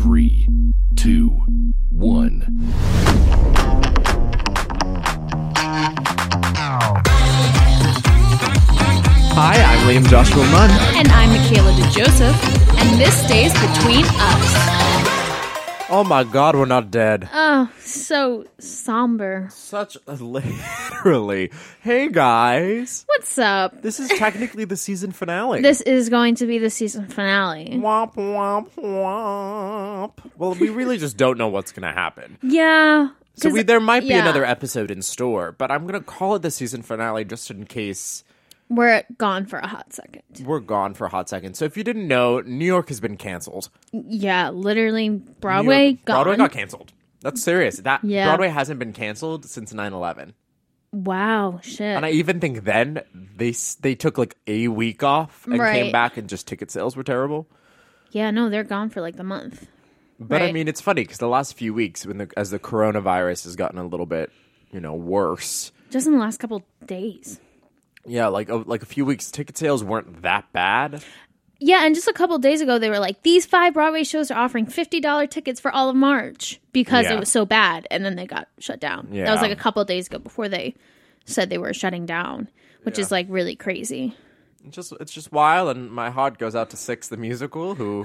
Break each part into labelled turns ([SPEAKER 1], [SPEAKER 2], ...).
[SPEAKER 1] Three, two, one.
[SPEAKER 2] Hi, I'm Liam Joshua Munn.
[SPEAKER 3] And I'm Michaela DeJoseph, and this stays between us.
[SPEAKER 2] Oh my god, we're not dead.
[SPEAKER 3] Oh, so somber.
[SPEAKER 2] Such a literally. Hey guys.
[SPEAKER 3] What's up?
[SPEAKER 2] This is technically the season finale.
[SPEAKER 3] This is going to be the season finale.
[SPEAKER 2] womp womp womp. Well, we really just don't know what's gonna happen.
[SPEAKER 3] Yeah.
[SPEAKER 2] So
[SPEAKER 3] 'cause-
[SPEAKER 2] we, there might be
[SPEAKER 3] yeah,
[SPEAKER 2] another episode in store, but I'm gonna call it the season finale just in case
[SPEAKER 3] We're gone for a hot second.
[SPEAKER 2] we're gone for a hot second. So if you didn't know, New York has been canceled.
[SPEAKER 3] Yeah, literally
[SPEAKER 2] New
[SPEAKER 3] Broadway
[SPEAKER 2] York-
[SPEAKER 3] gone.
[SPEAKER 2] Broadway got canceled. That's serious. That
[SPEAKER 3] Yeah.
[SPEAKER 2] Broadway hasn't been canceled since 9/11.
[SPEAKER 3] wow, shit.
[SPEAKER 2] And I even think then they s- they took like a week off and came
[SPEAKER 3] Right.
[SPEAKER 2] back and just ticket sales were terrible.
[SPEAKER 3] yeah, no, they're gone for like the month.
[SPEAKER 2] But I
[SPEAKER 3] Right.
[SPEAKER 2] mean, it's funny because the last few weeks, when the, as the coronavirus has gotten a little bit, you know, worse.
[SPEAKER 3] Just in the last couple days.
[SPEAKER 2] Yeah, like a, like a few weeks, ticket sales weren't that bad.
[SPEAKER 3] Yeah, and just a couple days ago, they were like, these five Broadway shows are offering $50 tickets for all of March because
[SPEAKER 2] Yeah.
[SPEAKER 3] it was so bad. And then they got shut down. That
[SPEAKER 2] Yeah.
[SPEAKER 3] was like a couple days ago before they said they were shutting down, which is like really crazy.
[SPEAKER 2] It's just it's just wild, and my heart goes out to Six the musical, who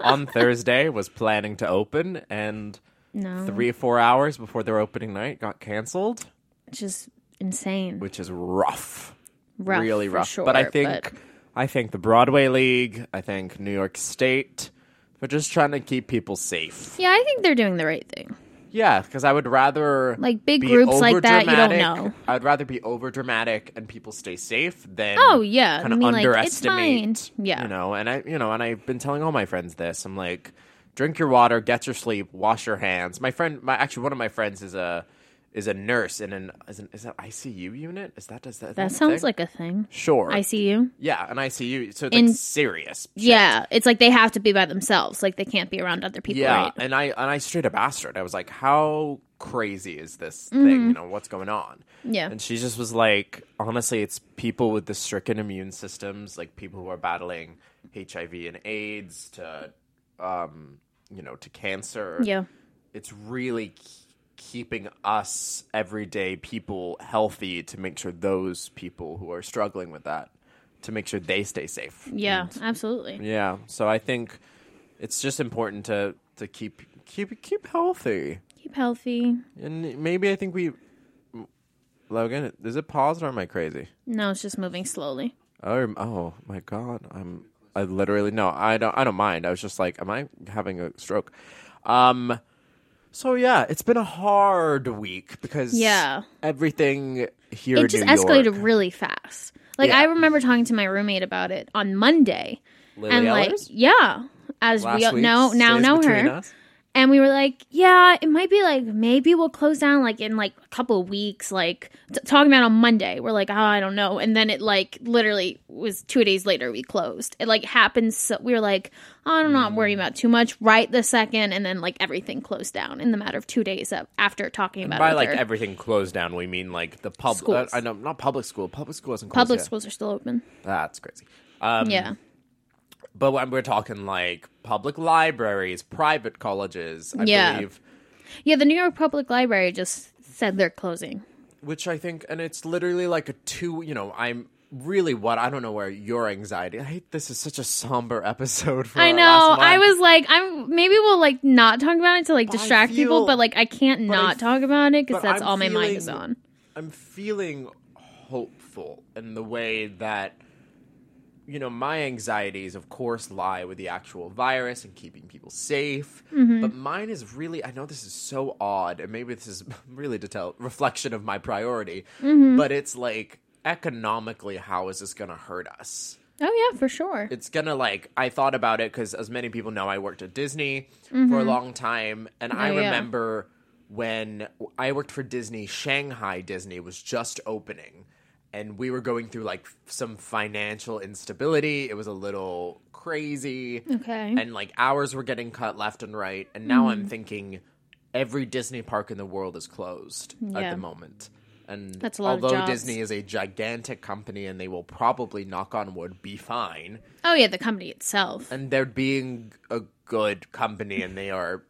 [SPEAKER 2] on Thursday was planning to open, and
[SPEAKER 3] No,
[SPEAKER 2] three or four hours before their opening night got canceled,
[SPEAKER 3] just insane.
[SPEAKER 2] which is rough.
[SPEAKER 3] rough,
[SPEAKER 2] really
[SPEAKER 3] for
[SPEAKER 2] rough.
[SPEAKER 3] Sure,
[SPEAKER 2] but I think I think the Broadway League, I think New York State, they're just trying to keep people safe.
[SPEAKER 3] yeah, I think they're doing the right thing.
[SPEAKER 2] Yeah, because I would rather
[SPEAKER 3] Like, big
[SPEAKER 2] be
[SPEAKER 3] groups like that, you don't
[SPEAKER 2] overdramatic-
[SPEAKER 3] know.
[SPEAKER 2] I'd rather be over dramatic and people stay safe than
[SPEAKER 3] Oh, yeah. I
[SPEAKER 2] kind of
[SPEAKER 3] mean, like, it's
[SPEAKER 2] underestimate.
[SPEAKER 3] fine. Yeah.
[SPEAKER 2] you know, and I you know, and I've been telling all my friends this. I'm like, drink your water, get your sleep, wash your hands. My friend, my actually one of my friends is a is a nurse in an is, an, is that ICU unit? Is that does that is
[SPEAKER 3] That
[SPEAKER 2] a
[SPEAKER 3] sounds
[SPEAKER 2] thing?
[SPEAKER 3] like a thing.
[SPEAKER 2] sure
[SPEAKER 3] I see you.
[SPEAKER 2] Yeah, an ICU. So it's
[SPEAKER 3] In-
[SPEAKER 2] like serious. shit.
[SPEAKER 3] Yeah, it's like they have to be by themselves. Like they can't be around other people.
[SPEAKER 2] Yeah,
[SPEAKER 3] right?
[SPEAKER 2] and I and I straight up asked her. and I was like, "How crazy is this
[SPEAKER 3] Mm-hmm.
[SPEAKER 2] thing? You know, what's going on?"
[SPEAKER 3] Yeah.
[SPEAKER 2] and she just was like, "Honestly, it's people with the stricken immune systems, like people who are battling HIV and AIDS to, um, you know, to cancer.
[SPEAKER 3] yeah.
[SPEAKER 2] it's really k- keeping us everyday people healthy to make sure those people who are struggling with that to make sure they stay safe.
[SPEAKER 3] Yeah, absolutely.
[SPEAKER 2] Yeah. So I think it's just important to to keep keep keep healthy.
[SPEAKER 3] Keep healthy.
[SPEAKER 2] And maybe I think we Logan, is it paused or am I crazy?
[SPEAKER 3] No, it's just moving slowly.
[SPEAKER 2] Oh, oh my god. I'm I literally no, I don't I don't mind. I was just like, am I having a stroke? Um so yeah, it's been a hard week because
[SPEAKER 3] Yeah.
[SPEAKER 2] everything here in
[SPEAKER 3] It just
[SPEAKER 2] New
[SPEAKER 3] escalated
[SPEAKER 2] York,
[SPEAKER 3] really fast. Like
[SPEAKER 2] Yeah.
[SPEAKER 3] I remember talking to my roommate about it on Monday,
[SPEAKER 2] Lily
[SPEAKER 3] and like
[SPEAKER 2] Ellers?
[SPEAKER 3] yeah, as
[SPEAKER 2] last
[SPEAKER 3] we all
[SPEAKER 2] week,
[SPEAKER 3] know now
[SPEAKER 2] stays
[SPEAKER 3] know
[SPEAKER 2] between
[SPEAKER 3] her,
[SPEAKER 2] us.
[SPEAKER 3] and we were like, yeah, it might be like maybe we'll close down like in like a couple of weeks, like t- talking about on Monday. We're like, oh, I don't know, and then it like literally was two days later we closed. It like happened. So we were like, oh, I'm
[SPEAKER 2] Hmm.
[SPEAKER 3] not worrying about too much right the second, and then like everything closed down in the matter of two days of, after talking about
[SPEAKER 2] By
[SPEAKER 3] it. with
[SPEAKER 2] like
[SPEAKER 3] her.
[SPEAKER 2] everything closed down, we mean like the public.
[SPEAKER 3] Schools.
[SPEAKER 2] I know not public school. Public school isn't closed
[SPEAKER 3] public
[SPEAKER 2] yet.
[SPEAKER 3] schools are still open.
[SPEAKER 2] That's crazy. Um,
[SPEAKER 3] yeah.
[SPEAKER 2] But when we're talking like public libraries, private colleges, I
[SPEAKER 3] Yeah.
[SPEAKER 2] believe,
[SPEAKER 3] Yeah, the New York Public Library just said they're closing.
[SPEAKER 2] which I think, and it's literally like a two, you know, I'm really what I don't know where your anxiety. I hate this is such a somber episode for
[SPEAKER 3] I
[SPEAKER 2] our
[SPEAKER 3] know.
[SPEAKER 2] last
[SPEAKER 3] I
[SPEAKER 2] month,
[SPEAKER 3] was like, I'm maybe we'll like not talk about it to like
[SPEAKER 2] I
[SPEAKER 3] distract people,
[SPEAKER 2] feel-
[SPEAKER 3] but like I can't
[SPEAKER 2] I
[SPEAKER 3] not
[SPEAKER 2] f-
[SPEAKER 3] talk about it
[SPEAKER 2] but
[SPEAKER 3] because that's
[SPEAKER 2] I'm
[SPEAKER 3] all my mind
[SPEAKER 2] feeling-
[SPEAKER 3] is on.
[SPEAKER 2] I'm feeling hopeful in the way that you know my anxieties of course lie with the actual virus and keeping people safe
[SPEAKER 3] Mm-hmm.
[SPEAKER 2] but mine is really i know this is so odd and maybe this is really to tell reflection of my priority
[SPEAKER 3] Mm-hmm.
[SPEAKER 2] but it's like economically how is this gonna hurt us
[SPEAKER 3] Oh yeah, for sure.
[SPEAKER 2] it's gonna like I thought about it because as many people know, I worked at Disney for a long time, and
[SPEAKER 3] Oh,
[SPEAKER 2] I
[SPEAKER 3] Mm-hmm. yeah.
[SPEAKER 2] remember when I worked for Disney, Shanghai Disney was just opening, and we were going through like some financial instability. It was a little crazy,
[SPEAKER 3] Okay.
[SPEAKER 2] and like hours were getting cut left and right.
[SPEAKER 3] Mm-hmm.
[SPEAKER 2] And now I'm thinking every Disney park in the world is closed at
[SPEAKER 3] Yeah.
[SPEAKER 2] the moment. And
[SPEAKER 3] That's a lot of
[SPEAKER 2] although
[SPEAKER 3] jobs.
[SPEAKER 2] Disney is a gigantic company and they will probably knock on wood be fine,
[SPEAKER 3] Oh yeah, the company itself.
[SPEAKER 2] and they're being a good company and they are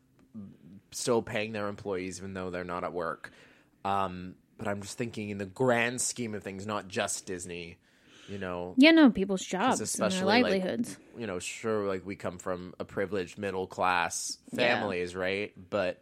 [SPEAKER 2] still paying their employees even though they're not at work. Um, but I'm just thinking in the grand scheme of things, not just Disney, you know,
[SPEAKER 3] Yeah, no, people's jobs and
[SPEAKER 2] especially,
[SPEAKER 3] their
[SPEAKER 2] like,
[SPEAKER 3] livelihoods.
[SPEAKER 2] you know, sure, like we come from a privileged middle class families, right? But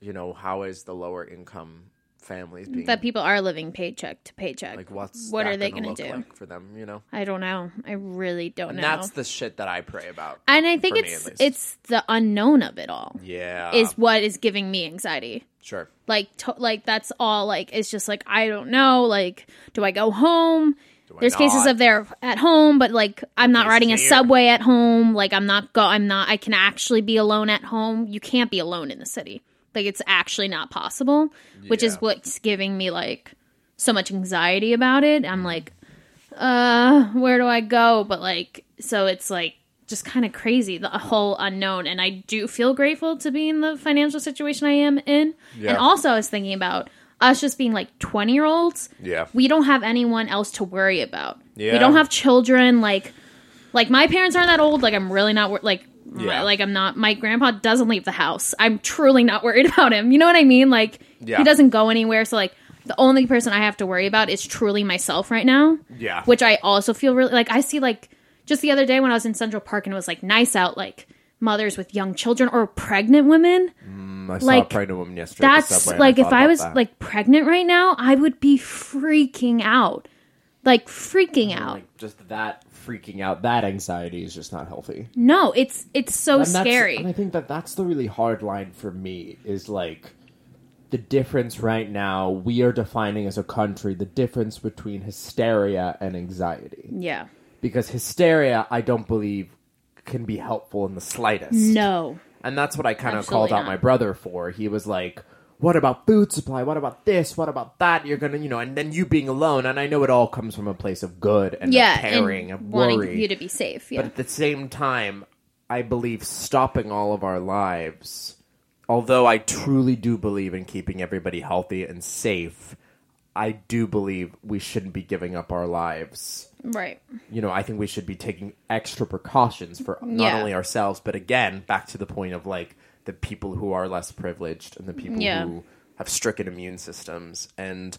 [SPEAKER 2] you know, how is the lower income families being
[SPEAKER 3] that people are living paycheck to paycheck.
[SPEAKER 2] like? What's
[SPEAKER 3] what
[SPEAKER 2] that
[SPEAKER 3] are they
[SPEAKER 2] gonna
[SPEAKER 3] going
[SPEAKER 2] look
[SPEAKER 3] to do?
[SPEAKER 2] like for them? You know,
[SPEAKER 3] I don't know. I really don't
[SPEAKER 2] and
[SPEAKER 3] know.
[SPEAKER 2] that's the shit that I pray about.
[SPEAKER 3] and I think
[SPEAKER 2] for me,
[SPEAKER 3] it's
[SPEAKER 2] at least.
[SPEAKER 3] it's the unknown of it all
[SPEAKER 2] yeah,
[SPEAKER 3] is what is giving me anxiety.
[SPEAKER 2] sure.
[SPEAKER 3] Like to, like that's all. Like it's just like I don't know. Like do I go home?
[SPEAKER 2] Do I
[SPEAKER 3] There's cases
[SPEAKER 2] not?
[SPEAKER 3] of there at home, but like I'm not
[SPEAKER 2] Places
[SPEAKER 3] riding a
[SPEAKER 2] here.
[SPEAKER 3] subway at home. Like I'm not go. I'm not. I can actually be alone at home. You can't be alone in the city. Like it's actually not possible, which
[SPEAKER 2] Yeah.
[SPEAKER 3] is what's giving me like so much anxiety about it.
[SPEAKER 2] Mm-hmm.
[SPEAKER 3] I'm like, uh, where do I go? But like, so it's like just kind of crazy the whole unknown. And I do feel grateful to be in the financial situation I am in.
[SPEAKER 2] Yeah.
[SPEAKER 3] And also, I was thinking about us just being like 20 year olds
[SPEAKER 2] Yeah,
[SPEAKER 3] we don't have anyone else to worry about.
[SPEAKER 2] Yeah.
[SPEAKER 3] We don't have children. Like, like my parents aren't that old. Like, I'm really not wor- like, my-
[SPEAKER 2] Yeah.
[SPEAKER 3] like I'm not. My grandpa doesn't leave the house. I'm truly not worried about him. You know what I mean? Like,
[SPEAKER 2] Yeah.
[SPEAKER 3] he doesn't go anywhere. So like, the only person I have to worry about is truly myself right now.
[SPEAKER 2] Yeah.
[SPEAKER 3] which I also feel really like. I see like just the other day when I was in Central Park and it was like nice out, like mothers with young children or pregnant women
[SPEAKER 2] Mm, I saw
[SPEAKER 3] like,
[SPEAKER 2] a pregnant woman yesterday. at the
[SPEAKER 3] that's
[SPEAKER 2] subway and
[SPEAKER 3] like if
[SPEAKER 2] thought
[SPEAKER 3] I
[SPEAKER 2] about
[SPEAKER 3] was
[SPEAKER 2] that.
[SPEAKER 3] like pregnant right now, I would be freaking out. Like freaking out.
[SPEAKER 4] Oh, Like just that freaking out, that anxiety is just not healthy.
[SPEAKER 3] no, it's it's so
[SPEAKER 4] And that's- And I
[SPEAKER 3] scary.
[SPEAKER 4] think that that's the really hard line for me is like the difference right now we are defining as a country the difference between hysteria and anxiety.
[SPEAKER 3] Yeah.
[SPEAKER 4] Because hysteria, I don't believe, can be helpful in the slightest.
[SPEAKER 3] No.
[SPEAKER 4] And that's what I kind of
[SPEAKER 3] Absolutely
[SPEAKER 4] called out
[SPEAKER 3] not.
[SPEAKER 4] my brother for. He was like, what about food supply? What about this? What about that? You're gonna, you know, and then you being alone. And I know it all comes from a place of good and
[SPEAKER 3] Yeah.
[SPEAKER 4] of caring,
[SPEAKER 3] and
[SPEAKER 4] of
[SPEAKER 3] wanting
[SPEAKER 4] worry.
[SPEAKER 3] you to be safe. Yeah.
[SPEAKER 4] But at the same time, I believe stopping all of our lives, although I truly do believe in keeping everybody healthy and safe, I do believe we shouldn't be giving up our lives.
[SPEAKER 3] right.
[SPEAKER 4] You know, I think we should be taking extra precautions for not
[SPEAKER 3] Yeah.
[SPEAKER 4] only ourselves, but again, back to the point of like the people who are less privileged and the people
[SPEAKER 3] Yeah.
[SPEAKER 4] who have stricken immune systems and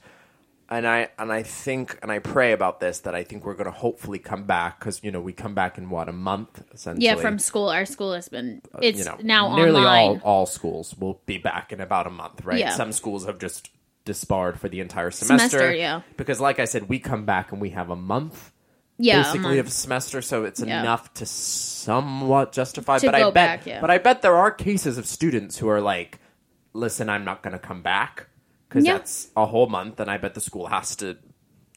[SPEAKER 4] and I and I think and I pray about this that I think we're going to hopefully come back because you know we come back in what a month essentially.
[SPEAKER 3] Yeah, from school. Our school has been it's
[SPEAKER 4] uh, you know
[SPEAKER 3] now
[SPEAKER 4] nearly all
[SPEAKER 3] online.
[SPEAKER 4] all schools will be back in about a month, right?
[SPEAKER 3] Yeah.
[SPEAKER 4] Some schools have just disbarred for the entire semester,
[SPEAKER 3] Semester, yeah.
[SPEAKER 4] Because like I said, we come back and we have a month
[SPEAKER 3] yeah.
[SPEAKER 4] basically
[SPEAKER 3] online.
[SPEAKER 4] of a semester, so it's
[SPEAKER 3] Yeah.
[SPEAKER 4] enough to somewhat justify.
[SPEAKER 3] To
[SPEAKER 4] but I
[SPEAKER 3] go
[SPEAKER 4] bet,
[SPEAKER 3] back, yeah.
[SPEAKER 4] but I bet there are cases of students who are like, "Listen, I'm not going to come back because
[SPEAKER 3] Yeah.
[SPEAKER 4] that's a whole month, and I bet the school has to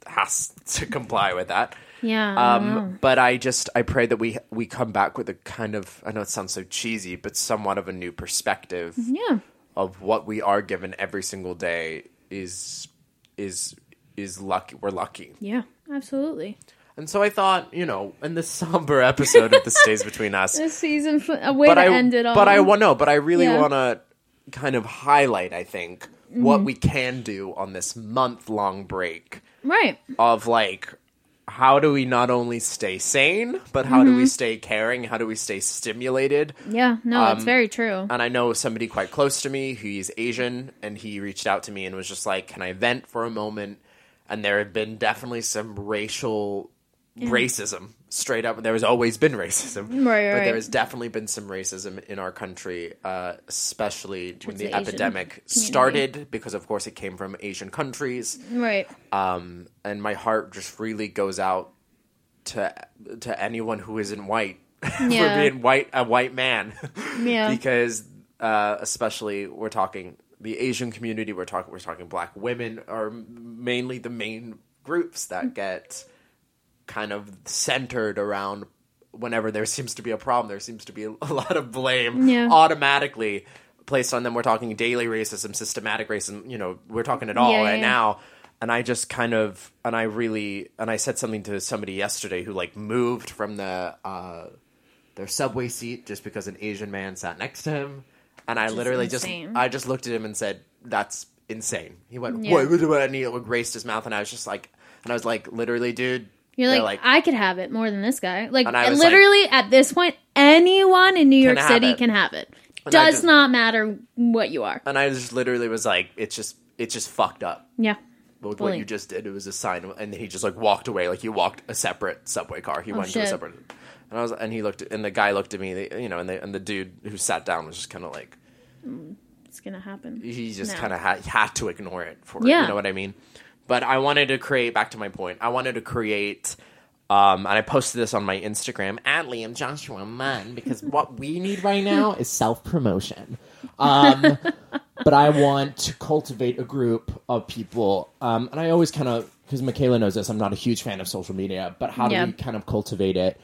[SPEAKER 4] has to comply with that."
[SPEAKER 3] yeah. I don't know.
[SPEAKER 2] Um, but I just I pray that we we come back with a kind of I know it sounds so cheesy, but somewhat of a new perspective
[SPEAKER 3] yeah.
[SPEAKER 2] of what we are given every single day is is is lucky. We're lucky,
[SPEAKER 3] Yeah. Absolutely.
[SPEAKER 2] and so I thought you know in this somber episode of the stays between us,
[SPEAKER 3] This season a way
[SPEAKER 2] but
[SPEAKER 3] to
[SPEAKER 2] I
[SPEAKER 3] end it all.
[SPEAKER 2] but I want no, but I really
[SPEAKER 3] Yeah.
[SPEAKER 2] want to kind of highlight I think
[SPEAKER 3] Mm-hmm.
[SPEAKER 2] what we can do on this month long break
[SPEAKER 3] Right.
[SPEAKER 2] of like how do we not only stay sane but how do we
[SPEAKER 3] Mm-hmm.
[SPEAKER 2] stay caring how do we stay stimulated
[SPEAKER 3] Yeah. No,
[SPEAKER 2] Um,
[SPEAKER 3] it's very true.
[SPEAKER 2] and i know somebody quite close to me who's asian and he reached out to me and was just like can i vent for a moment and there had been definitely some racial racism straight up there has always been racism
[SPEAKER 3] Right,
[SPEAKER 2] but
[SPEAKER 3] right.
[SPEAKER 2] there has definitely been some racism in our country uh, especially when
[SPEAKER 3] Towards
[SPEAKER 2] the,
[SPEAKER 3] the Asian
[SPEAKER 2] epidemic started because of course it came from asian countries
[SPEAKER 3] right.
[SPEAKER 2] um, and my heart just really goes out to to anyone who isn't white for
[SPEAKER 3] Yeah.
[SPEAKER 2] being white a white man
[SPEAKER 3] Yeah.
[SPEAKER 2] because uh, especially we're talking the Asian community we're talking we're talking black women are mainly the main groups that get kind of centered around whenever there seems to be a problem there seems to be a lot of blame
[SPEAKER 3] Yeah.
[SPEAKER 2] automatically placed on them we're talking daily racism systematic racism you know we're talking it all
[SPEAKER 3] Yeah,
[SPEAKER 2] right
[SPEAKER 3] yeah, yeah.
[SPEAKER 2] now and i just kind of and i really and i said something to somebody yesterday who like moved from the uh their subway seat just because an asian man sat next to him and i literally just
[SPEAKER 3] insane.
[SPEAKER 2] i just looked at him and said that's insane. He went,
[SPEAKER 3] Yeah.
[SPEAKER 2] what, what do I need? Like, raced his mouth, and I was just like, and I was like, literally, dude.
[SPEAKER 3] You're
[SPEAKER 2] they're
[SPEAKER 3] like, I could have it more than this guy. Like,
[SPEAKER 2] And I was
[SPEAKER 3] literally at this point, anyone in New York
[SPEAKER 2] have
[SPEAKER 3] City
[SPEAKER 2] it.
[SPEAKER 3] can have it.
[SPEAKER 2] I
[SPEAKER 3] Does
[SPEAKER 2] just- Uh,
[SPEAKER 3] not matter what you are.
[SPEAKER 2] and I just literally was like, it's just, it's just fucked up.
[SPEAKER 3] Yeah.
[SPEAKER 2] Like, what
[SPEAKER 3] Bullying.
[SPEAKER 2] you just did, it was a sign, and then he just like walked away, like he walked a separate subway car. He went to a
[SPEAKER 3] Oh, shit.
[SPEAKER 2] separate, and I was, and he looked, and the guy looked at me, they- you know, and the and the dude who sat down was just kind of like,
[SPEAKER 3] It's gonna happen.
[SPEAKER 2] he just
[SPEAKER 3] No.
[SPEAKER 2] kind of had, had to ignore it for
[SPEAKER 3] Yeah.
[SPEAKER 2] you know what I mean. But I wanted to create back to my point. I wanted to create, um, and I posted this on my Instagram at Liam Joshua Munn because what we need right now
[SPEAKER 5] is self promotion. Um, but I want to cultivate a group of people. Um, and I always kind of, because Michaela knows this, I'm not a huge fan of social media, but how
[SPEAKER 3] Yeah.
[SPEAKER 5] do we kind of cultivate it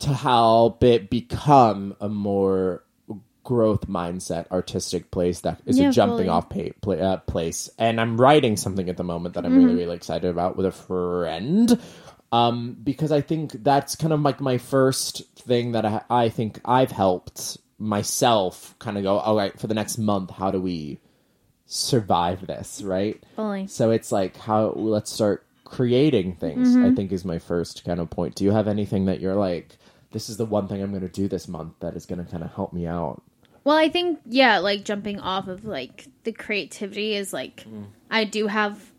[SPEAKER 5] to help it become a more growth mindset, artistic place that is
[SPEAKER 3] Yeah,
[SPEAKER 5] a jumping
[SPEAKER 3] fully.
[SPEAKER 5] off pa- pla uh, place? And I'm writing something at the moment that I'm really, really excited about with a friend um, because I think that's kind of like my first thing that I, I think I've helped myself kind of go, all right, for the next month, how do we survive this, right?
[SPEAKER 3] Fully.
[SPEAKER 5] So it's like, how let's start creating things,
[SPEAKER 3] Mm-hmm.
[SPEAKER 5] I think is my first kind of point. Do you have anything that you're like, this is the one thing I'm going to do this month that is going to kind of help me out?
[SPEAKER 3] Well, I think yeah, like jumping off of like the creativity is like
[SPEAKER 2] Mm.
[SPEAKER 3] I do have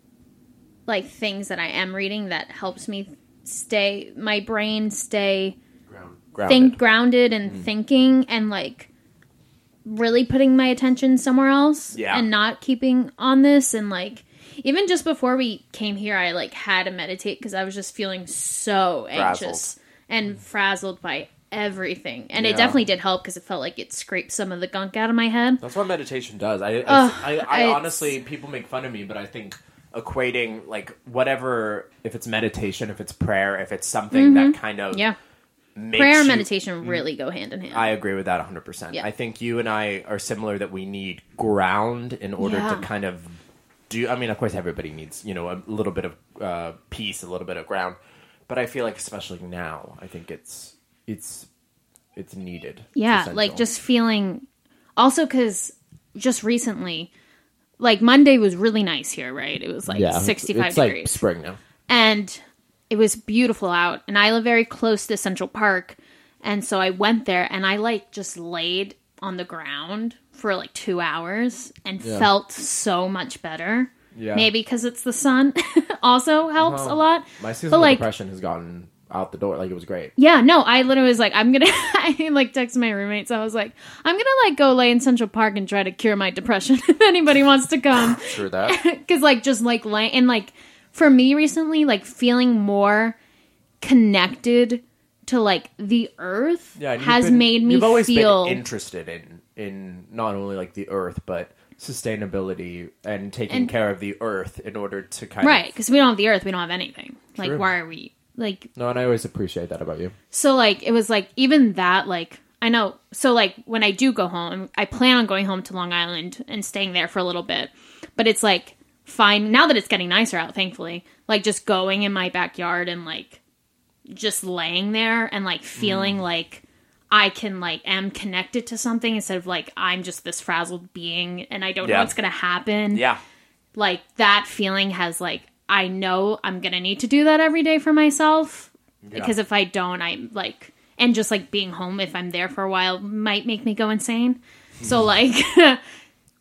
[SPEAKER 3] like things that I am reading that helps me stay my brain stay think grounded and
[SPEAKER 2] Mm.
[SPEAKER 3] thinking and like really putting my attention somewhere else
[SPEAKER 2] Yeah.
[SPEAKER 3] and not keeping on this and like even just before we came here I like had to meditate because I was just feeling so anxious and frazzled by everything and it
[SPEAKER 2] Mm. Yeah.
[SPEAKER 3] definitely did help because it felt like it scraped some of the gunk out of my head
[SPEAKER 2] That's what meditation does. I I,
[SPEAKER 3] Ugh,
[SPEAKER 2] I, I
[SPEAKER 3] it's-
[SPEAKER 2] honestly people make fun of me, but I think equating like whatever if it's meditation, if it's prayer, if it's something that kind of
[SPEAKER 3] yeah
[SPEAKER 2] makes
[SPEAKER 3] Mm-hmm. prayer and
[SPEAKER 2] you-
[SPEAKER 3] meditation really go hand in hand
[SPEAKER 2] Mm. I agree with that 100%.
[SPEAKER 3] Yeah.
[SPEAKER 2] I think you and I are similar that we need ground in order
[SPEAKER 3] Yeah.
[SPEAKER 2] to kind of do I mean of course everybody needs, you know, a little bit of uh peace, a little bit of ground, but I feel like especially now, I think it's it's it's needed. It's
[SPEAKER 3] yeah like
[SPEAKER 2] essential.
[SPEAKER 3] just feeling also because just recently like monday was really nice here right it was like
[SPEAKER 5] Yeah.
[SPEAKER 3] 65
[SPEAKER 5] it's like
[SPEAKER 3] degrees
[SPEAKER 5] spring now.
[SPEAKER 3] and it was beautiful out and i live very close to central park and so i went there and i like just laid on the ground for like two hours and felt so much better
[SPEAKER 5] Yeah. Uh-huh.
[SPEAKER 3] maybe because it's the sun also helps a lot
[SPEAKER 5] My
[SPEAKER 3] but
[SPEAKER 5] seasonal
[SPEAKER 3] like
[SPEAKER 5] depression has gotten out the door. Like it was great.
[SPEAKER 3] yeah, no, I literally was like, I'm gonna, I like text my roommates. I was like, I'm gonna like go lay in Central Park and try to cure my depression if anybody wants to come.
[SPEAKER 2] True that.
[SPEAKER 3] Cause like, just like laying, and like for me recently, like feeling more connected to like the earth
[SPEAKER 2] yeah, and you've
[SPEAKER 3] has
[SPEAKER 2] been-
[SPEAKER 3] made me
[SPEAKER 2] you've always
[SPEAKER 3] feel
[SPEAKER 2] been interested in in not only like the earth but sustainability and taking
[SPEAKER 3] And-
[SPEAKER 2] care of the earth in order to kind
[SPEAKER 3] right.
[SPEAKER 2] of
[SPEAKER 3] Cause we don't have the earth, we don't have anything. Like,
[SPEAKER 2] True.
[SPEAKER 3] why are we like
[SPEAKER 5] No, and I always appreciate that about you.
[SPEAKER 3] So like it was like even that like I know so like when I do go home I plan on going home to Long Island and staying there for a little bit. But it's like fine now that it's getting nicer out thankfully. Like just going in my backyard and like just laying there and like feeling
[SPEAKER 2] Mm.
[SPEAKER 3] like I can like am connected to something instead of like I'm just this frazzled being and I don't know
[SPEAKER 2] Yeah.
[SPEAKER 3] what's going to happen
[SPEAKER 2] yeah
[SPEAKER 3] like that feeling has like I know I'm gonna need to do that every day for myself because if I don't, I'm like and just like being home if I'm there for a while might make me go insane.
[SPEAKER 2] Hmm.
[SPEAKER 3] So like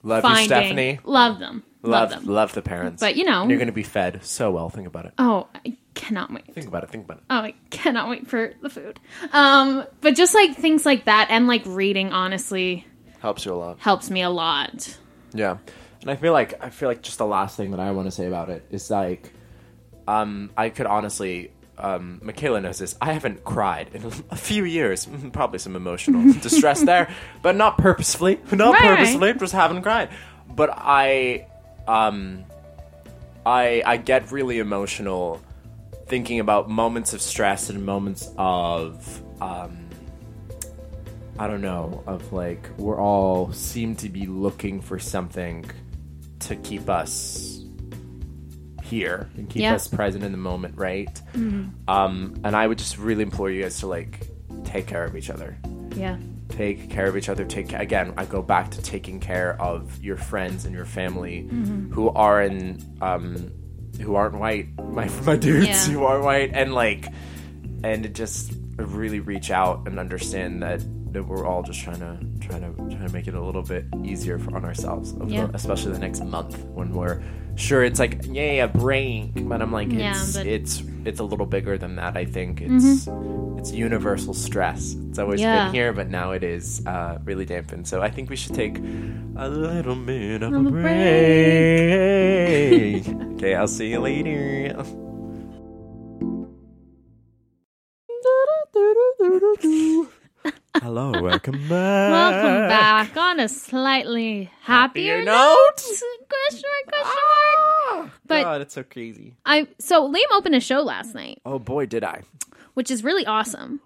[SPEAKER 2] love you
[SPEAKER 3] finding
[SPEAKER 2] Stephanie
[SPEAKER 3] love them, love,
[SPEAKER 2] love
[SPEAKER 3] them.
[SPEAKER 2] love the parents
[SPEAKER 3] But, you know-
[SPEAKER 2] And you're gonna be fed so well think about it
[SPEAKER 3] Oh, I cannot wait.
[SPEAKER 2] think about it think about it
[SPEAKER 3] Oh, I cannot wait for the food. Um, but just like things like that and like reading honestly
[SPEAKER 2] helps you a lot
[SPEAKER 3] helps me a lot.
[SPEAKER 2] yeah and I feel like I feel like just the last
[SPEAKER 5] Last thing that I want to say about it is like
[SPEAKER 2] um, I could honestly um, Michaela knows this. I haven't cried in a few years. Mm-hmm, Probably some emotional distress there, but not purposefully. Not
[SPEAKER 3] Right.
[SPEAKER 2] purposefully. Just haven't cried. But I, um, I, I get really emotional thinking about moments of stress and moments of, um, I don't know, of like we're all seem to be looking for something to keep us here and keep
[SPEAKER 3] Yeah.
[SPEAKER 2] us present in the moment, right? Um, and I would just really implore you guys to like take care of each other.
[SPEAKER 3] Yeah.
[SPEAKER 2] take care of each other take ca- again i go back to taking care of your friends and your family
[SPEAKER 3] Mm-hmm.
[SPEAKER 2] who are in um who aren't white my my dudes
[SPEAKER 3] Yeah.
[SPEAKER 2] who aren't white and like and to just really reach out and understand that that we're all just trying to trying to trying to make it a little bit easier for, on ourselves, over the-
[SPEAKER 3] Yeah.
[SPEAKER 2] especially the next month when we're sure it's like yeah yeah brain, but I'm like
[SPEAKER 3] Yeah,
[SPEAKER 2] it's
[SPEAKER 3] but-
[SPEAKER 2] it's it's a little bigger than that. I think it's it's universal stress. It's always
[SPEAKER 3] Mm-hmm. Yeah.
[SPEAKER 2] been here, but now it is uh, really dampened. So I think we should take a little bit of a
[SPEAKER 3] Little
[SPEAKER 2] break. okay, I'll see you later. Hello, welcome back.
[SPEAKER 3] Welcome back on a slightly happier
[SPEAKER 2] Your
[SPEAKER 3] note.
[SPEAKER 2] notes.
[SPEAKER 3] Question mark, question mark. But
[SPEAKER 2] God, it's so crazy.
[SPEAKER 3] I so Liam opened a show last night,
[SPEAKER 2] Oh boy, did I!
[SPEAKER 3] which is really awesome.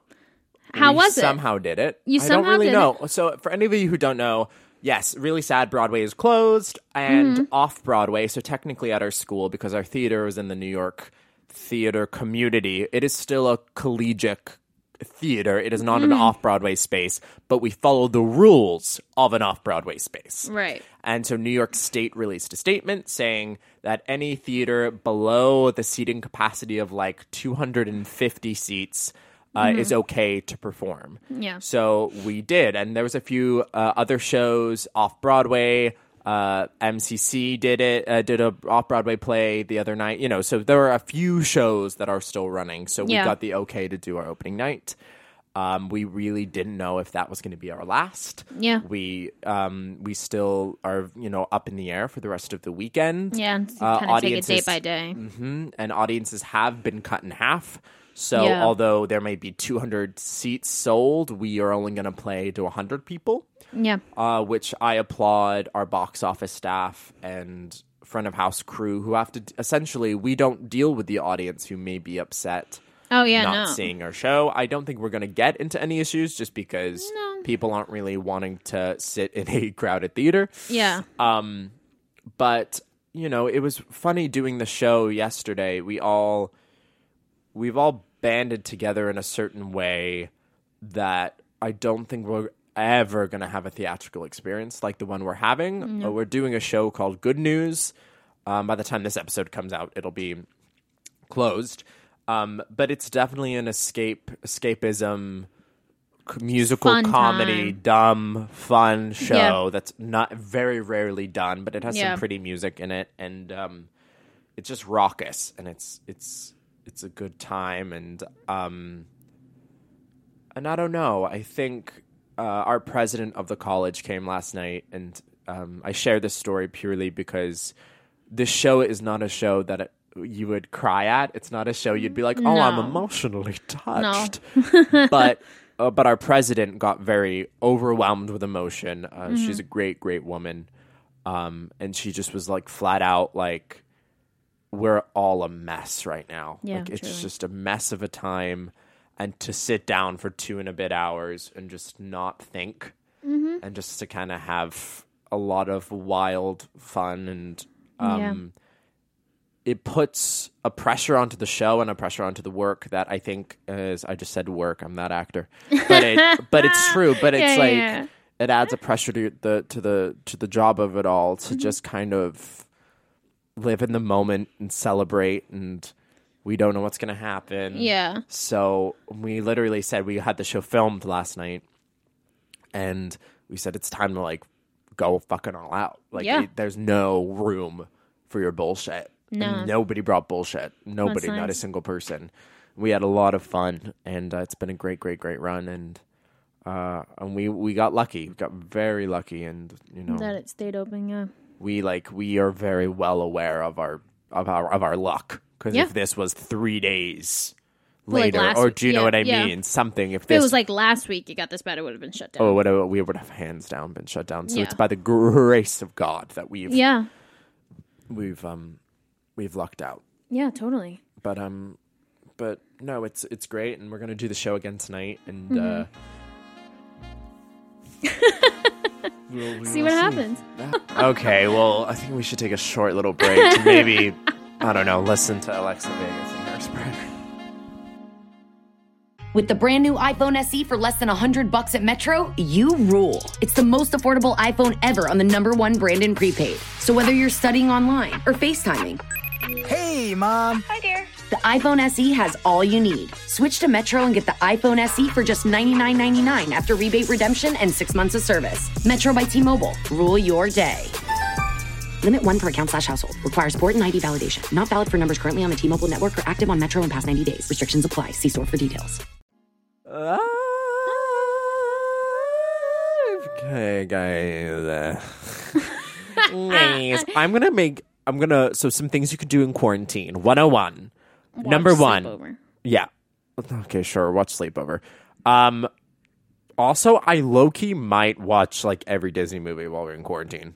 [SPEAKER 3] How
[SPEAKER 2] We
[SPEAKER 3] was it?
[SPEAKER 2] Somehow did it.
[SPEAKER 3] You
[SPEAKER 2] I
[SPEAKER 3] somehow
[SPEAKER 2] don't really
[SPEAKER 3] did
[SPEAKER 2] know. So, for any of you who don't know, yes, really sad. Broadway is closed and
[SPEAKER 3] Mm-hmm.
[SPEAKER 2] off Broadway. So technically, at our school, because our theater was in the New York theater community, it is still a collegiate theater. It is not
[SPEAKER 3] Mm.
[SPEAKER 2] an off Broadway space, but we follow the rules of an off Broadway space.
[SPEAKER 3] Right.
[SPEAKER 2] And so New York State released a statement saying that any theater below the seating capacity of like 250 seats uh, is okay to perform.
[SPEAKER 3] Mm-hmm. Yeah.
[SPEAKER 2] So we did. And there was a few uh, other shows off Broadway. Uh, MCC did it, uh, did a off Broadway play the other night. You know, so there are a few shows that are still running. So we
[SPEAKER 3] Yeah.
[SPEAKER 2] got the okay to do our opening night. Um, we really didn't know if that was going to be our last.
[SPEAKER 3] Yeah.
[SPEAKER 2] we um, we still are you know up in the air for the rest of the weekend.
[SPEAKER 3] Yeah, and
[SPEAKER 2] Uh,
[SPEAKER 3] kind of take it day
[SPEAKER 2] audiences-
[SPEAKER 3] by day.
[SPEAKER 2] hmm and audiences have been cut in half. So
[SPEAKER 3] Yeah.
[SPEAKER 2] although there may be 200 seats sold, we are only going to play to 100 people,
[SPEAKER 3] Yeah.
[SPEAKER 2] uh, which I applaud our box office staff and front of house crew who have to essentially we don't deal with the audience who may be upset
[SPEAKER 3] Oh yeah.
[SPEAKER 2] not
[SPEAKER 3] no.
[SPEAKER 2] seeing our show. I don't think we're going to get into any issues just because
[SPEAKER 3] No.
[SPEAKER 2] people aren't really wanting to sit in a crowded theater.
[SPEAKER 3] Yeah.
[SPEAKER 2] Um, but you know, it was funny doing the show yesterday. We all we've all banded together in a certain way that I don't think we're ever going to have a theatrical experience like the one we're
[SPEAKER 3] Mm-hmm.
[SPEAKER 2] having. Uh, We're doing a show called Good News. Um, by the time this episode comes out, it'll be closed. Um, but it's definitely an escape escapism c- musical
[SPEAKER 3] Fun
[SPEAKER 2] comedy
[SPEAKER 3] time.
[SPEAKER 2] dumb fun show that's not very rarely done but it has
[SPEAKER 3] Yeah.
[SPEAKER 2] some pretty music in it and um, it's just raucous and it's it's it's a good time and um and I don't know. I think uh, our president of the college came last night, and um, I share this story purely because this show is not a show that it, you would cry at. It's not a show you'd be like, "Oh, I'm
[SPEAKER 3] No.
[SPEAKER 2] emotionally touched." but uh, but our president got very overwhelmed with emotion. Uh,
[SPEAKER 3] Mm-hmm.
[SPEAKER 2] She's a great, great woman, um, and she just was like flat out like, "We're all a mess right now.
[SPEAKER 3] Yeah,
[SPEAKER 2] like it's
[SPEAKER 3] truly.
[SPEAKER 2] just a mess of a time." And to sit down for two and a bit hours and just not think,
[SPEAKER 3] Mm-hmm.
[SPEAKER 2] and just to kind of have a lot of wild fun and um, it puts a pressure onto the show and a pressure onto the work that I think is I just said work I'm that actor but it, but it's true but it's
[SPEAKER 3] Yeah, yeah,
[SPEAKER 2] like
[SPEAKER 3] yeah.
[SPEAKER 2] it adds a pressure to the to the to the job of it all
[SPEAKER 3] Mm-hmm.
[SPEAKER 2] to just kind of live in the moment and celebrate and we don't know what's going to happen
[SPEAKER 3] Yeah.
[SPEAKER 2] so we literally said we had the show filmed last night, and we said it's time to like go fucking all out. Like,
[SPEAKER 3] Yeah.
[SPEAKER 2] it- there's no room for your bullshit. And
[SPEAKER 3] No.
[SPEAKER 2] nobody brought bullshit. Nobody, not a
[SPEAKER 3] nice.
[SPEAKER 2] single person. We had a lot of fun, and uh, it's been a great, great, great run. And uh, and we we got lucky. We got very lucky, and you know
[SPEAKER 3] That it stayed open. Yeah.
[SPEAKER 2] we like we are very well aware of our of our of our luck because
[SPEAKER 3] Yeah.
[SPEAKER 2] if this was three days
[SPEAKER 3] Like
[SPEAKER 2] later,
[SPEAKER 3] last
[SPEAKER 2] or
[SPEAKER 3] week-
[SPEAKER 2] do you know
[SPEAKER 3] yeah,
[SPEAKER 2] what I
[SPEAKER 3] yeah.
[SPEAKER 2] mean? Something if
[SPEAKER 3] If
[SPEAKER 2] this
[SPEAKER 3] it was like last week, you got this bad, it would have been shut down.
[SPEAKER 2] oh, would have, we would have hands down been shut down. So
[SPEAKER 3] Yeah.
[SPEAKER 2] it's by the grace of God that we've
[SPEAKER 3] Yeah.
[SPEAKER 2] we've um we've lucked out.
[SPEAKER 3] Yeah. Totally.
[SPEAKER 2] But um, but no, it's it's great, and we're gonna do the show again tonight, and
[SPEAKER 3] Mm-hmm.
[SPEAKER 2] uh, we'll- we
[SPEAKER 3] See what
[SPEAKER 2] will
[SPEAKER 3] happens.
[SPEAKER 2] okay, well, I think we should take a short little break. To maybe, I don't know, listen to Alexa Vegas and Hairspray.
[SPEAKER 6] With the brand new iPhone SE for less than 100 bucks at Metro, you rule. It's the most affordable iPhone ever on the number one brand in prepaid. So whether you're studying online or FaceTiming,
[SPEAKER 7] Hey, Mom.
[SPEAKER 6] the iPhone SE has all you need. Switch to Metro and get the iPhone SE for just $99.99 after rebate redemption and six months of service. Metro by T Mobile. Rule your day. Limit one per account slash household. Requires port and ID validation. Not valid for numbers currently on the T Mobile network or active on Metro in past 90 days. Restrictions apply. See store for details.
[SPEAKER 2] Ah, Okay, guys. Nice. I'm gonna make. I'm gonna. So some things you could do in quarantine. 101. Number
[SPEAKER 3] Watch
[SPEAKER 2] one.
[SPEAKER 3] Sleepover.
[SPEAKER 2] Yeah. Okay, sure. Watch Sleepover. Um. Also, I low key might watch like every Disney movie while we're in quarantine.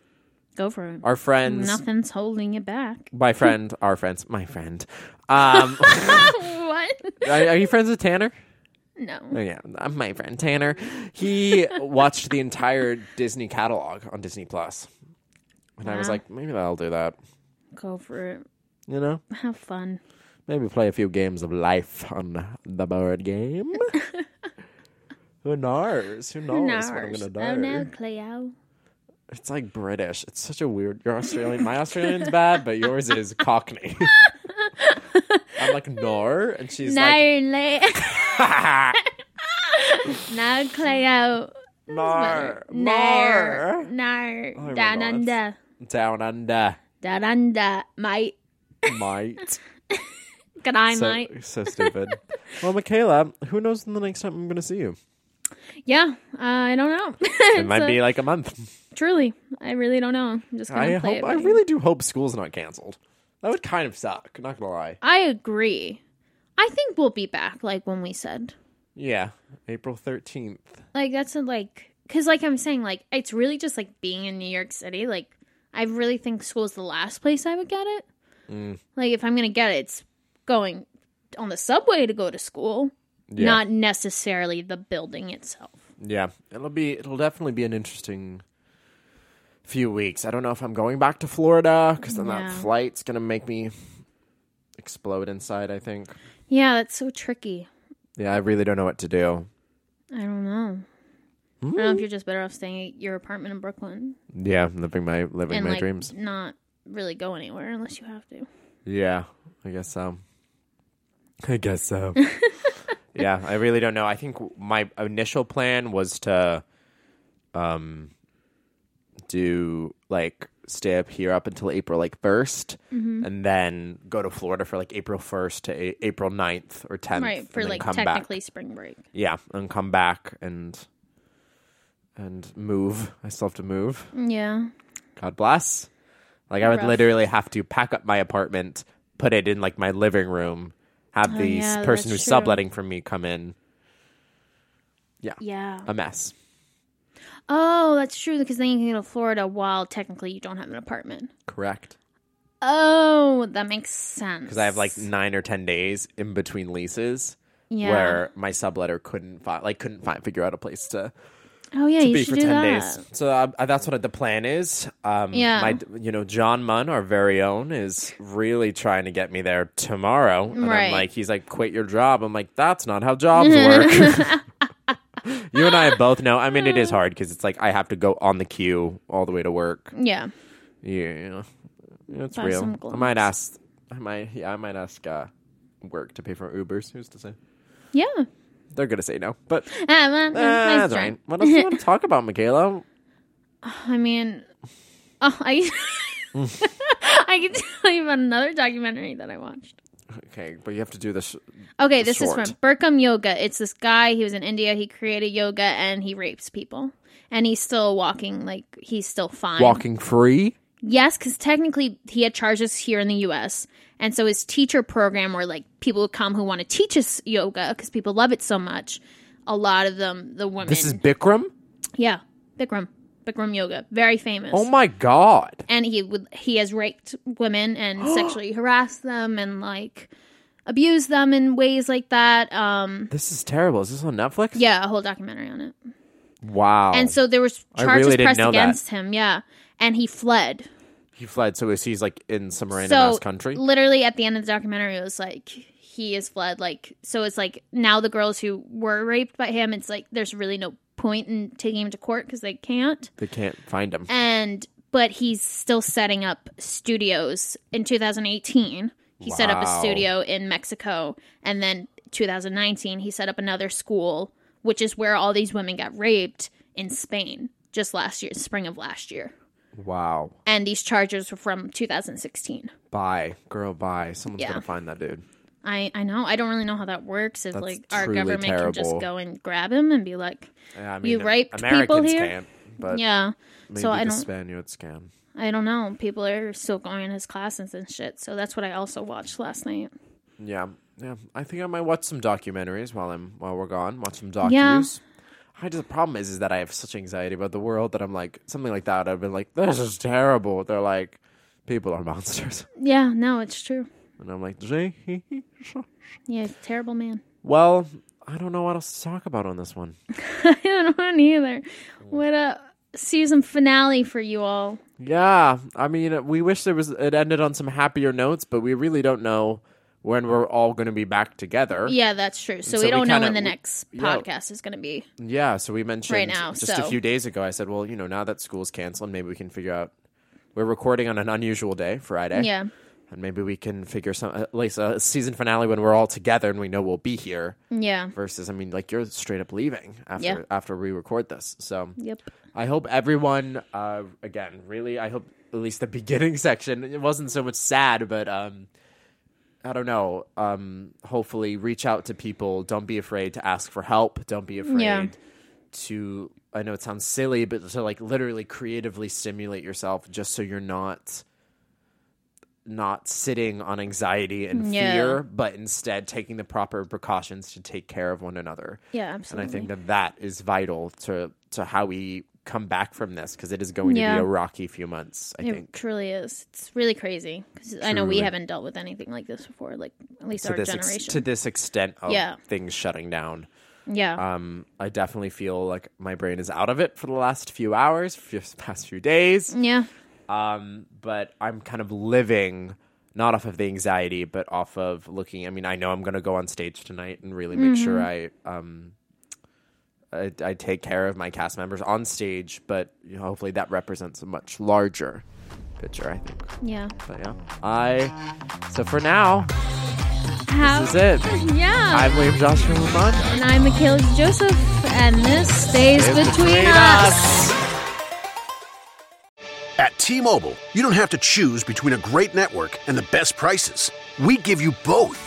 [SPEAKER 3] Go for it.
[SPEAKER 2] Our friends,
[SPEAKER 3] Nothing's holding you back.
[SPEAKER 2] my friend, our friends, my friend. Um,
[SPEAKER 3] what?
[SPEAKER 2] are, are you friends with Tanner?
[SPEAKER 3] No.
[SPEAKER 2] Oh, yeah, uh, my friend Tanner. He watched the entire Disney catalog on Disney Plus, and I was
[SPEAKER 3] Wow.
[SPEAKER 2] like, maybe I'll do that.
[SPEAKER 3] Go for it.
[SPEAKER 2] You know,
[SPEAKER 3] Have fun.
[SPEAKER 2] maybe play a few games of life on the board game. Who knows? Who knows what I'm
[SPEAKER 3] Nars.
[SPEAKER 2] gonna do?
[SPEAKER 3] oh no, Cleo.
[SPEAKER 2] It's like British. It's such a weird. Your Australian, my Australian's bad, but yours is Cockney. I'm like nor, and she's
[SPEAKER 3] No,
[SPEAKER 2] like "Ah,
[SPEAKER 3] Le- no, Cleo.
[SPEAKER 2] nor,
[SPEAKER 3] No,
[SPEAKER 2] nor,
[SPEAKER 3] no,
[SPEAKER 2] Oh, my
[SPEAKER 3] down
[SPEAKER 2] God.
[SPEAKER 3] under,
[SPEAKER 2] down under,
[SPEAKER 3] down under, mate.
[SPEAKER 2] mate.
[SPEAKER 3] Good eye,
[SPEAKER 2] so,
[SPEAKER 3] mate.
[SPEAKER 2] so stupid. well, Michaela, who knows when the next time I'm going to see you?
[SPEAKER 3] Yeah, I don't know.
[SPEAKER 2] It might be like a month.
[SPEAKER 3] Truly, I really don't know. I'm just gonna
[SPEAKER 2] I
[SPEAKER 3] play
[SPEAKER 2] hope.
[SPEAKER 3] it.
[SPEAKER 2] I
[SPEAKER 3] by ear.
[SPEAKER 2] really do hope school's not canceled. That would kind of suck. Not gonna lie.
[SPEAKER 3] I agree. I think we'll be back, like when we said.
[SPEAKER 2] Yeah, April thirteenth.
[SPEAKER 3] Like that's a, like because like I'm saying, like it's really just like being in New York City. Like I really think school's the last place I would get it.
[SPEAKER 2] Mm.
[SPEAKER 3] Like if I'm gonna get it, it's going on the subway to go to school,
[SPEAKER 2] Yeah.
[SPEAKER 3] not necessarily the building itself.
[SPEAKER 2] Yeah, it'll be. It'll definitely be an interesting few weeks. I don't know if I'm going back to Florida because then that
[SPEAKER 3] Yeah.
[SPEAKER 2] flight's gonna make me explode inside. I think.
[SPEAKER 3] Yeah, that's so tricky.
[SPEAKER 2] Yeah, I really don't know what to do.
[SPEAKER 3] I don't know. I don't know
[SPEAKER 2] Hmm.
[SPEAKER 3] if you're just better off staying at your apartment in Brooklyn
[SPEAKER 2] Yeah, I'm living my living
[SPEAKER 3] and
[SPEAKER 2] my
[SPEAKER 3] like
[SPEAKER 2] dreams.
[SPEAKER 3] not really go anywhere unless you have to.
[SPEAKER 2] Yeah, I guess so. I guess so. yeah, I really don't know. I think my initial plan was to um do like stay up here up until April like 1st
[SPEAKER 3] Mm-hmm.
[SPEAKER 2] and then go to Florida for like April 1st to a- April 9th or 10th
[SPEAKER 3] Right, for
[SPEAKER 2] and then
[SPEAKER 3] like
[SPEAKER 2] come
[SPEAKER 3] technically
[SPEAKER 2] back.
[SPEAKER 3] spring break.
[SPEAKER 2] Yeah, and come back and and move. I still have to move.
[SPEAKER 3] Yeah.
[SPEAKER 2] God bless. Like I would
[SPEAKER 3] Rough.
[SPEAKER 2] literally have to pack up my apartment, put it in like my living room, have the s-
[SPEAKER 3] Oh, yeah,
[SPEAKER 2] person who's
[SPEAKER 3] that's true.
[SPEAKER 2] subletting from me come in.
[SPEAKER 3] Yeah.
[SPEAKER 2] A mess.
[SPEAKER 3] Oh, that's true because then you can go to Florida while technically you don't have an apartment.
[SPEAKER 2] Correct.
[SPEAKER 3] Oh, that makes sense.
[SPEAKER 2] Because I have like nine or ten days in between leases
[SPEAKER 3] yeah.
[SPEAKER 2] where my subletter couldn't find, like, couldn't find, figure out a place to
[SPEAKER 3] oh yeah, you
[SPEAKER 2] be
[SPEAKER 3] should
[SPEAKER 2] for
[SPEAKER 3] do
[SPEAKER 2] ten
[SPEAKER 3] that.
[SPEAKER 2] days. So uh, uh, that's what the plan is. Um,
[SPEAKER 3] Yeah.
[SPEAKER 2] My, you know, John Munn, our very own, is really trying to get me there tomorrow. And
[SPEAKER 3] Right.
[SPEAKER 2] I'm like, he's like, quit your job. I'm like, that's not how jobs work. you and I both know. I mean, it is hard because it's like I have to go on the queue all the way to work.
[SPEAKER 3] Yeah.
[SPEAKER 2] Yeah, it's
[SPEAKER 3] Buy
[SPEAKER 2] real.
[SPEAKER 3] some
[SPEAKER 2] I might
[SPEAKER 3] gloves.
[SPEAKER 2] ask. I might. Yeah, I might ask uh, work to pay for Ubers. Who's to say?
[SPEAKER 3] Yeah.
[SPEAKER 2] They're gonna say no, but
[SPEAKER 3] Ah, well,
[SPEAKER 2] Ah,
[SPEAKER 3] nice
[SPEAKER 2] that's
[SPEAKER 3] try.
[SPEAKER 2] right. What else do you want to talk about, Michaela?
[SPEAKER 3] I mean, oh, I I can tell you about another documentary that I watched.
[SPEAKER 2] Okay, but you have to do this.
[SPEAKER 3] Okay, this
[SPEAKER 2] Short.
[SPEAKER 3] is from Burkham Yoga. It's this guy. He was in India. He created yoga and he rapes people. And he's still walking. Like he's still fine.
[SPEAKER 2] Walking free.
[SPEAKER 3] Yes, because technically he had charges here in the U.S. And so his teacher program, where like people would come who want to teach us yoga because people love it so much. A lot of them, the women.
[SPEAKER 2] This is Bikram.
[SPEAKER 3] yeah, Bikram, Bikram yoga, very famous.
[SPEAKER 2] Oh my god!
[SPEAKER 3] and he would he has raped women and sexually harassed them and like abused them in ways like that. Um,
[SPEAKER 2] This is terrible. Is this on Netflix?
[SPEAKER 3] yeah, a whole documentary on it.
[SPEAKER 2] Wow.
[SPEAKER 3] And so there was
[SPEAKER 2] I
[SPEAKER 3] charges
[SPEAKER 2] really didn't
[SPEAKER 3] pressed
[SPEAKER 2] know that.
[SPEAKER 3] against him. Yeah, and he fled.
[SPEAKER 2] he fled. So is he's like in some random
[SPEAKER 3] so
[SPEAKER 2] ass country?
[SPEAKER 3] literally at the end of the documentary it was like he has fled. Like so, it's like now the girls who were raped by him. It's like there's really no point in taking him to court because they can't.
[SPEAKER 2] They can't find him.
[SPEAKER 3] And but he's still setting up studios. In 2018, he set up a
[SPEAKER 2] Wow.
[SPEAKER 3] studio in Mexico, and then 2019 he set up another school, which is where all these women got raped in Spain just last year, spring of last year.
[SPEAKER 2] Wow.
[SPEAKER 3] And these charges were from 2016.
[SPEAKER 2] Bye. Girl, bye. Someone's
[SPEAKER 3] Yeah.
[SPEAKER 2] going to find that dude.
[SPEAKER 3] I I know. I don't really know how that works. If
[SPEAKER 2] That's
[SPEAKER 3] like our
[SPEAKER 2] truly
[SPEAKER 3] government can just
[SPEAKER 2] terrible.
[SPEAKER 3] go and grab him and be like,
[SPEAKER 2] Yeah, I
[SPEAKER 3] You
[SPEAKER 2] mean,
[SPEAKER 3] raped people
[SPEAKER 2] Americans
[SPEAKER 3] here?
[SPEAKER 2] can't, but
[SPEAKER 3] yeah.
[SPEAKER 2] maybe
[SPEAKER 3] so I
[SPEAKER 2] the
[SPEAKER 3] don't.
[SPEAKER 2] Spaniards can.
[SPEAKER 3] I don't know. People are still going in his classes and shit. So that's what I also watched last night.
[SPEAKER 2] Yeah. Yeah. I think I might watch some documentaries while I'm while we're gone. Watch some docus. I just, the problem is is that I have such anxiety about the world that I'm like something like that. I've been like, this is terrible. They're like, people are monsters,
[SPEAKER 3] Yeah. No, it's true.
[SPEAKER 2] and I'm like, "Gee."
[SPEAKER 3] Yeah, terrible man.
[SPEAKER 2] well, I don't know what else to talk about on this one.
[SPEAKER 3] I don't want either. What a season finale for you all.
[SPEAKER 2] Yeah, I mean, we wish there was it ended on some happier notes, but we really don't know when we're all going to be back together.
[SPEAKER 3] Yeah, that's true. So,
[SPEAKER 2] so
[SPEAKER 3] we
[SPEAKER 2] we
[SPEAKER 3] don't know
[SPEAKER 2] kinda-
[SPEAKER 3] when the
[SPEAKER 2] we-
[SPEAKER 3] next
[SPEAKER 2] yeah.
[SPEAKER 3] podcast is going to be.
[SPEAKER 2] Yeah, so we mentioned
[SPEAKER 3] Right now,
[SPEAKER 2] just
[SPEAKER 3] so-
[SPEAKER 2] a few days ago. I said, well, you know, now that school's canceled, maybe we can figure out. We're recording on an unusual day, Friday.
[SPEAKER 3] Yeah.
[SPEAKER 2] and maybe we can figure some at least a season finale when we're all together and we know we'll be here.
[SPEAKER 3] Yeah.
[SPEAKER 2] Versus, I mean, like you're straight up leaving after
[SPEAKER 3] Yeah.
[SPEAKER 2] after we record this. So
[SPEAKER 3] Yep.
[SPEAKER 2] I hope everyone, uh, again, really, I hope at least the beginning section. It wasn't so much sad, but um, I don't know. Um, hopefully, reach out to people. Don't be afraid to ask for help. Don't be afraid
[SPEAKER 3] Yeah.
[SPEAKER 2] to. I know it sounds silly, but to like literally creatively stimulate yourself, just so you're not not sitting on anxiety and
[SPEAKER 3] Yeah.
[SPEAKER 2] fear, but instead taking the proper precautions to take care of one another.
[SPEAKER 3] Yeah,
[SPEAKER 2] And I
[SPEAKER 3] absolutely.
[SPEAKER 2] think that that is vital to to how we come back from this because it is going to
[SPEAKER 3] Yeah.
[SPEAKER 2] be a rocky few months. I
[SPEAKER 3] It
[SPEAKER 2] think
[SPEAKER 3] truly is. It's really crazy because I know we
[SPEAKER 2] Truly.
[SPEAKER 3] haven't dealt with anything like this before. Like at least
[SPEAKER 2] to
[SPEAKER 3] our
[SPEAKER 2] this
[SPEAKER 3] generation.
[SPEAKER 2] ex- to this extent of
[SPEAKER 3] Yeah.
[SPEAKER 2] things shutting down.
[SPEAKER 3] yeah,
[SPEAKER 2] Um, I definitely feel like my brain is out of it for the last few hours, few, past few days.
[SPEAKER 3] yeah,
[SPEAKER 2] Um, but I'm kind of living not off of the anxiety, but off of looking. I mean, I know I'm going to go on stage tonight and really make sure I um, I, I take care of my cast members on stage. But you know, hopefully, that represents a much larger picture. I think.
[SPEAKER 3] yeah.
[SPEAKER 2] But yeah, I. So for now,
[SPEAKER 3] How?
[SPEAKER 2] this is it.
[SPEAKER 3] Yeah,
[SPEAKER 2] I'm William Joshua Lamont.
[SPEAKER 3] and I'm Achilles Joseph, and this stays between, us.
[SPEAKER 8] At T Mobile, you don't have to choose between a great network and the best prices. We give you both.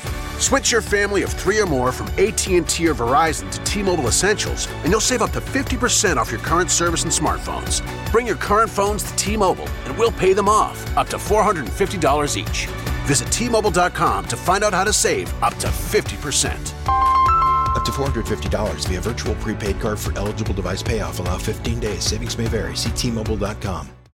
[SPEAKER 8] Switch your family of three or more from AT&T or Verizon to T-Mobile Essentials, and you'll save up to 50% off your current service and smartphones. Bring your current phones to T-Mobile, and we'll pay them off, up to $450 each. Visit T-Mobile.com to find out how to save up to 50%.
[SPEAKER 9] Up to $450 via virtual prepaid card for eligible device payoff. Allow 15 days. Savings may vary. See T-Mobile.com.